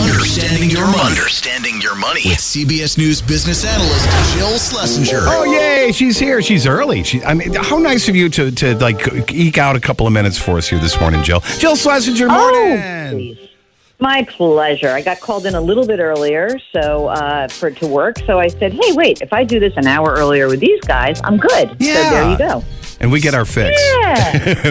Understanding your money. Understanding your money. With CBS News business analyst Jill Schlesinger. Oh yay, she's here. She's early. She, I mean, how nice of you to to like eke out a couple of minutes for us here this morning, Jill. Jill Schlesinger, Oh, morning. please. My pleasure. I got called in a little bit earlier, so uh, for to work. So I said, "Hey, wait! If I do this an hour earlier with these guys, I'm good." Yeah. So there you go. And we get our fix. Yeah.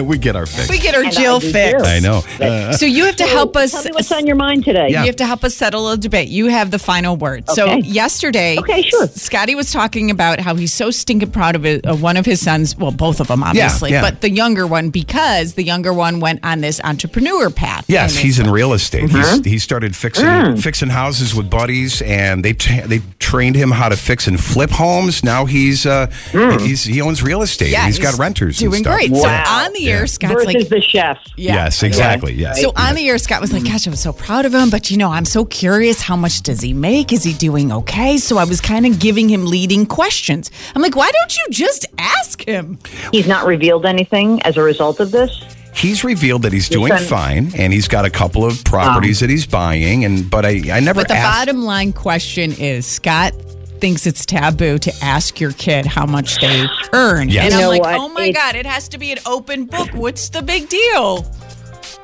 we get our fix. We get our And Jill I do fix. too. I know. Uh, So you have to help us. Tell me what's on your mind today. Yeah. You have to help us settle a debate. You have the final word. So Okay. yesterday, Okay, sure. Scotty was talking about how he's so stinking proud of it- of one of his sons. Well, both of them, obviously, yeah. but the younger one because the younger one went on this entrepreneur path. Yes, And he's in real estate. Mm-hmm. He's, he started fixing Mm. fixing houses with buddies, and they t- they trained him how to fix and flip homes. Now he's uh, he's he owns real estate. Mm. Yeah, he's got renters. and Doing stuff. great. Wow. So on the air, Scott's Versus like, the chef. yeah. Yes, exactly. Yes. So on the air, Scott was like, Mm-hmm. "Gosh, I'm so proud of him, but you know, I'm so curious. How much does he make? Is he doing okay?" So I was kind of giving him leading questions. I'm like, "Why don't you just ask him?" He's not revealed anything as a result of this. he's revealed that he's doing son- fine, and he's got a couple of Um, properties that he's buying. And but I I never But the asked. bottom line question is, Scott thinks it's taboo to ask your kid how much they earn. Yes. And You I'm know like, what? "Oh my It's- god, it has to be an open book. What's the big deal?"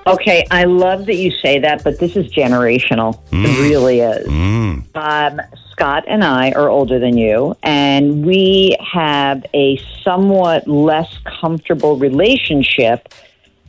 Okay, I love that you say that, but this is generational. It Mm. really is. Um, Scott and I are older than you, and we have a somewhat less comfortable relationship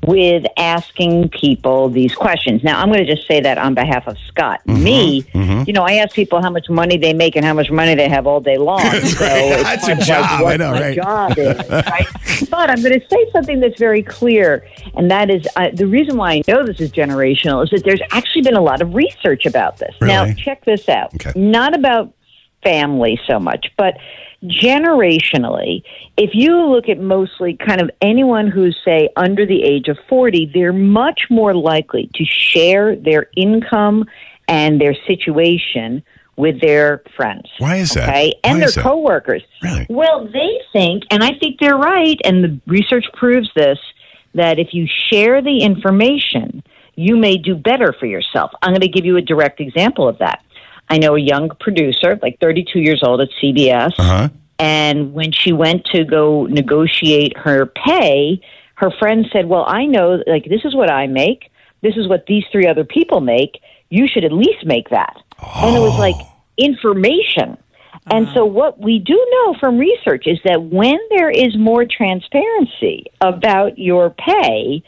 with asking people these questions. Now, I'm going to just say that on behalf of Scott. Mm-hmm, Me, you know, I ask people how much money they make and how much money they have all day long. So it's That's kind a of like job, what I know, my right? job is, right? But I'm going to say something that's very clear, and that is uh, the reason why I know this is generational is that there's actually been a lot of research about this. Now, Really? check this out. Okay. Not about family so much, but generationally, if you look at mostly kind of anyone who's, say, under the age of 40, they're much more likely to share their income and their situation with their friends. Why is that? Okay? Why And is their that? coworkers. Really? Well, they think, and I think they're right, and the research proves this, that if you share the information, you may do better for yourself. I'm going to give you a direct example of that. I know a young producer, like 32 years old at CBS, Uh-huh. and when she went to go negotiate her pay, her friend said, Well, I know, like, this is what I make. This is what these three other people make. You should at least make that. And it was like Oh. information. And so, what we do know from research is that when there is more transparency about your pay,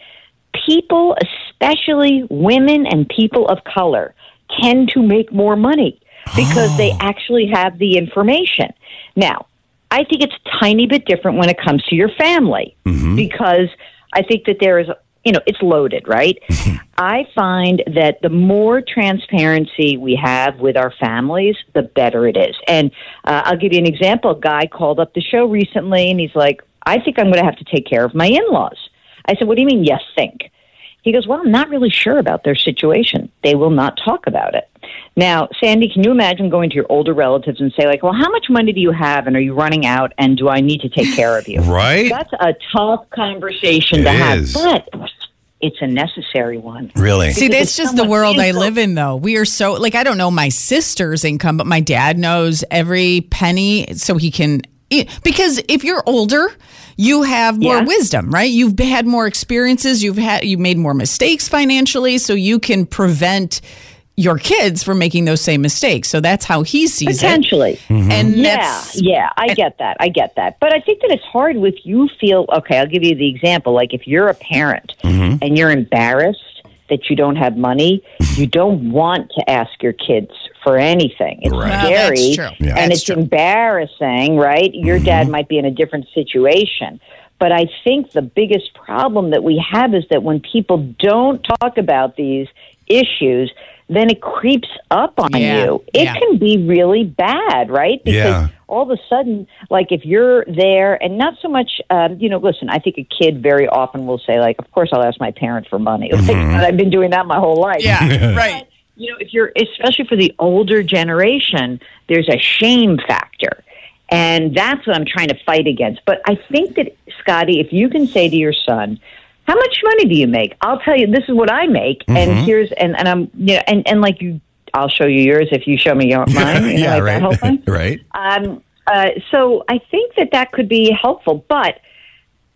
people, especially women and people of color, tend to make more money because they actually have the information. Now, I think it's a tiny bit different when it comes to your family because I think that there is, you know, it's loaded, right? I find that the more transparency we have with our families, the better it is. And uh, I'll give you an example. A guy called up the show recently and he's like, I think I'm going to have to take care of my in laws. I said, What do you mean, yes, think? He goes, Well, I'm not really sure about their situation. They will not talk about it. Now, Sandy, can you imagine going to your older relatives and say, like, well, how much money do you have and are you running out and do I need to take care of you? Right? That's a tough conversation to It have, is. but it's a necessary one. Really? See, Because that's if just the someone world I is so- live in, though. We are so like I don't know my sister's income, but my dad knows every penny, so he can. e, Because if you're older, you have more Yeah. wisdom, right? You've had more experiences. You've had you made more mistakes financially, so you can prevent your kids from making those same mistakes. So that's how he sees it. potentially. And Mm-hmm. Yeah, that's yeah, I get that. I get that. But I think that it's hard with you feel okay, I'll give you the example. Like if you're a parent Mm-hmm. and you're embarrassed that you don't have money, you don't want to ask your kids for anything. It's Right. Well, that's scary true. Yeah. and That's it's true. Mm-hmm. embarrassing, right? Your dad might be in a different situation. But I think the biggest problem that we have is that when people don't talk about these issues, then it creeps up on Yeah. you. It Yeah. can be really bad, right? Because Yeah. all of a sudden, like if you're there and not so much, um, you know, listen, I think a kid very often will say, like, of course I'll ask my parents for money. Like, I've been doing that my whole life yeah, right. you know, if you're, especially for the older generation, there's a shame factor. And that's what I'm trying to fight against. But I think that, Scotty, if you can say to your son, how much money do you make? I'll tell you, this is what I make. Mm-hmm. And here's, and, and I'm, you know, and, and like you, I'll show you yours if you show me your, mine. You know, yeah, like That whole right. thing. right. Um, uh, so I think that that could be helpful, but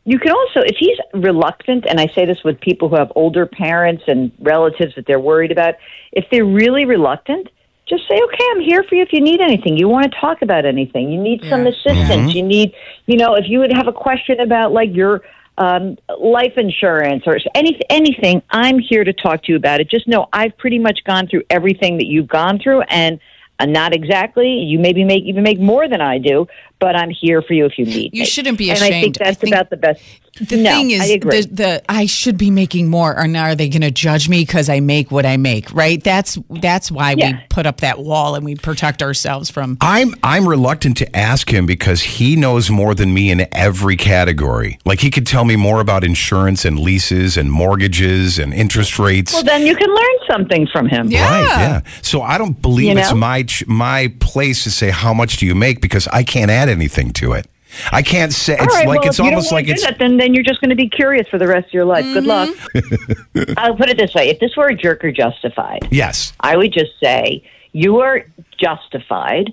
you can also, if he's reluctant, and I say this with people who have older parents and relatives that they're worried about, if they're really reluctant, just say, okay, I'm here for you if you need anything. You want to talk about anything. You need some assistance. Mm-hmm. You need, you know, if you would have a question about like your um, life insurance or any, anything, I'm here to talk to you about it. Just know I've pretty much gone through everything that you've gone through and uh, not exactly. You maybe make even make more than I do, but I'm here for you if you need. You me. shouldn't be And I ashamed. think I that's think about the best. The No, thing is, I agree. the the I should be making more, or now are they going to judge me because I make what I make? Right? That's that's why Yeah. we put up that wall and we protect ourselves from. I'm I'm reluctant to ask him because he knows more than me in every category. Like he could tell me more about insurance and leases and mortgages and interest rates. well, then you can learn something from him. Yeah. Right, yeah. So I don't believe You it's know? my ch- my place to say how much do you make because I can't add anything to it. I can't say All it's right, like well, it's if you don't almost wanna like do it's that, then then you're just going to be curious for the rest of your life. Good luck. Mm-hmm. I'll put it this way: if this were a jerk or justified, yes. I would just say you are justified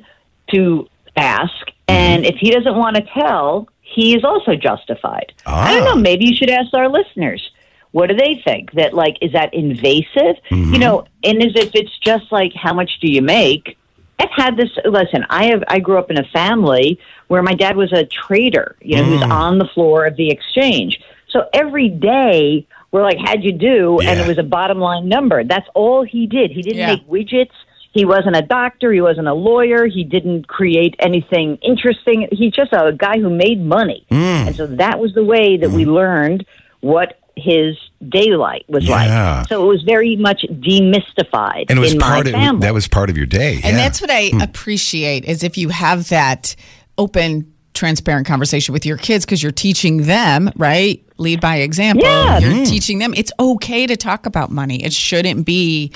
to ask, Mm-hmm. and if he doesn't want to tell, he is also justified. I don't Ah. know. Maybe you should ask our listeners. What do they think? That like is that invasive? Mm-hmm. You know, and as if it's just like how much do you make? I've had this. Listen, I have. I grew up in a family where my dad was a trader. You know, Mm. who's on the floor of the exchange. So every day we're like, "How'd you do?" And Yeah. it was a bottom line number. That's all he did. He didn't Yeah. make widgets. He wasn't a doctor. He wasn't a lawyer. He didn't create anything interesting. He's just a guy who made money. Hmm. And so that was the way that we learned what his daylight was Yeah. like. So it was very much demystified And it was in part my of family. that was part of your day. And yeah. that's what I appreciate is if you have that open, transparent conversation with your kids because you're teaching them, right? Lead by example. Yeah. You're teaching them it's okay to talk about money. It shouldn't be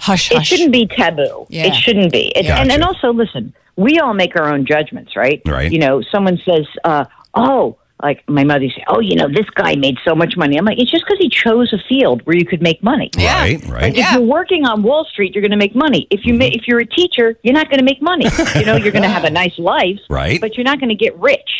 hush it hush. shouldn't be taboo. Yeah. It shouldn't be. It, and, and also, listen, we all make our own judgments, right? Right. You know, someone says, uh, oh, like my mother said, oh, you know, this guy made so much money. I'm like, it's just because he chose a field where you could make money. yeah. Mm-hmm. right, right. If you're working on Wall Street, you're going to make money. If you ma- if you're a teacher, you're not going to make money. you know, you're going to have a nice life, Right. But you're not going to get rich,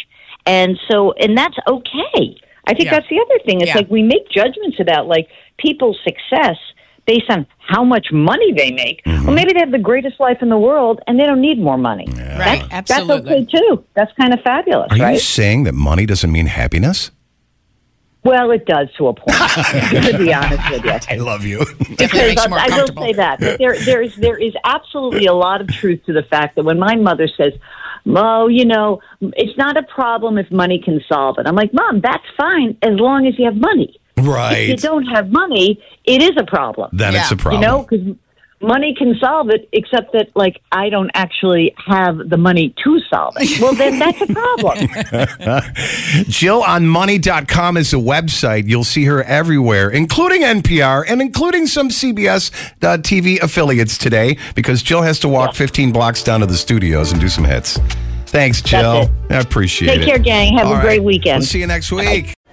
and so and that's okay. I think Yeah. that's the other thing. It's Yeah. like we make judgments about like people's success based on how much money they make. Mm-hmm. Well, maybe they have the greatest life in the world and they don't need more money. Right. That's Absolutely. okay too. That's kind of fabulous, Are you right? saying that money doesn't mean happiness? well, it does to a point. to be honest with you. I love you. Definitely makes you more I will comfortable. say that, but there, there is there is absolutely a lot of truth to the fact that when my mother says, "Mo, you know, it's not a problem if money can solve it," I'm like, "Mom, that's fine as long as you have money. If you right. don't have money, it is a problem. Then it's Yeah. a problem. You know, because money can solve it, except that like I don't actually have the money to solve it. Well, then that's a problem. Jill on money.com is a website. You'll see her everywhere, including NPR and including some CBS uh, TV affiliates today because Jill has to walk 15 blocks down to the studios and do some hits. Thanks, Jill. it. I appreciate it. Take care, gang. Have All a right. great weekend. We'll see you next week.